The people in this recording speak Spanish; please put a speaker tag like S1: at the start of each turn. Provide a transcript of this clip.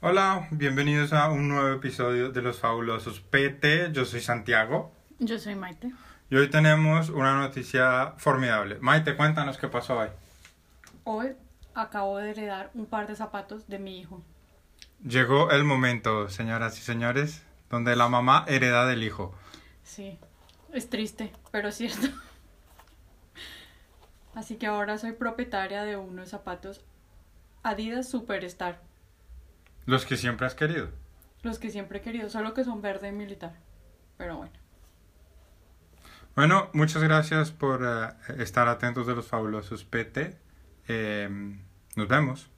S1: Hola, bienvenidos a un nuevo episodio de Los Fabulosos PT. Yo soy Santiago
S2: Yo soy Maite.
S1: y hoy tenemos una noticia formidable. Maite, cuéntanos qué pasó hoy.
S2: Hoy acabo de heredar un par de zapatos de mi hijo.
S1: Llegó el momento, señoras y señores, donde la mamá hereda del hijo.
S2: Sí, es triste, pero es cierto. Así que ahora soy propietaria de unos zapatos Adidas Superstar,
S1: Los que siempre has querido.
S2: los que siempre he querido, solo que son verde y militar. Pero bueno,
S1: Bueno, muchas gracias por eh, estar atentos de Los Fabulosos PT. Eh, nos vemos.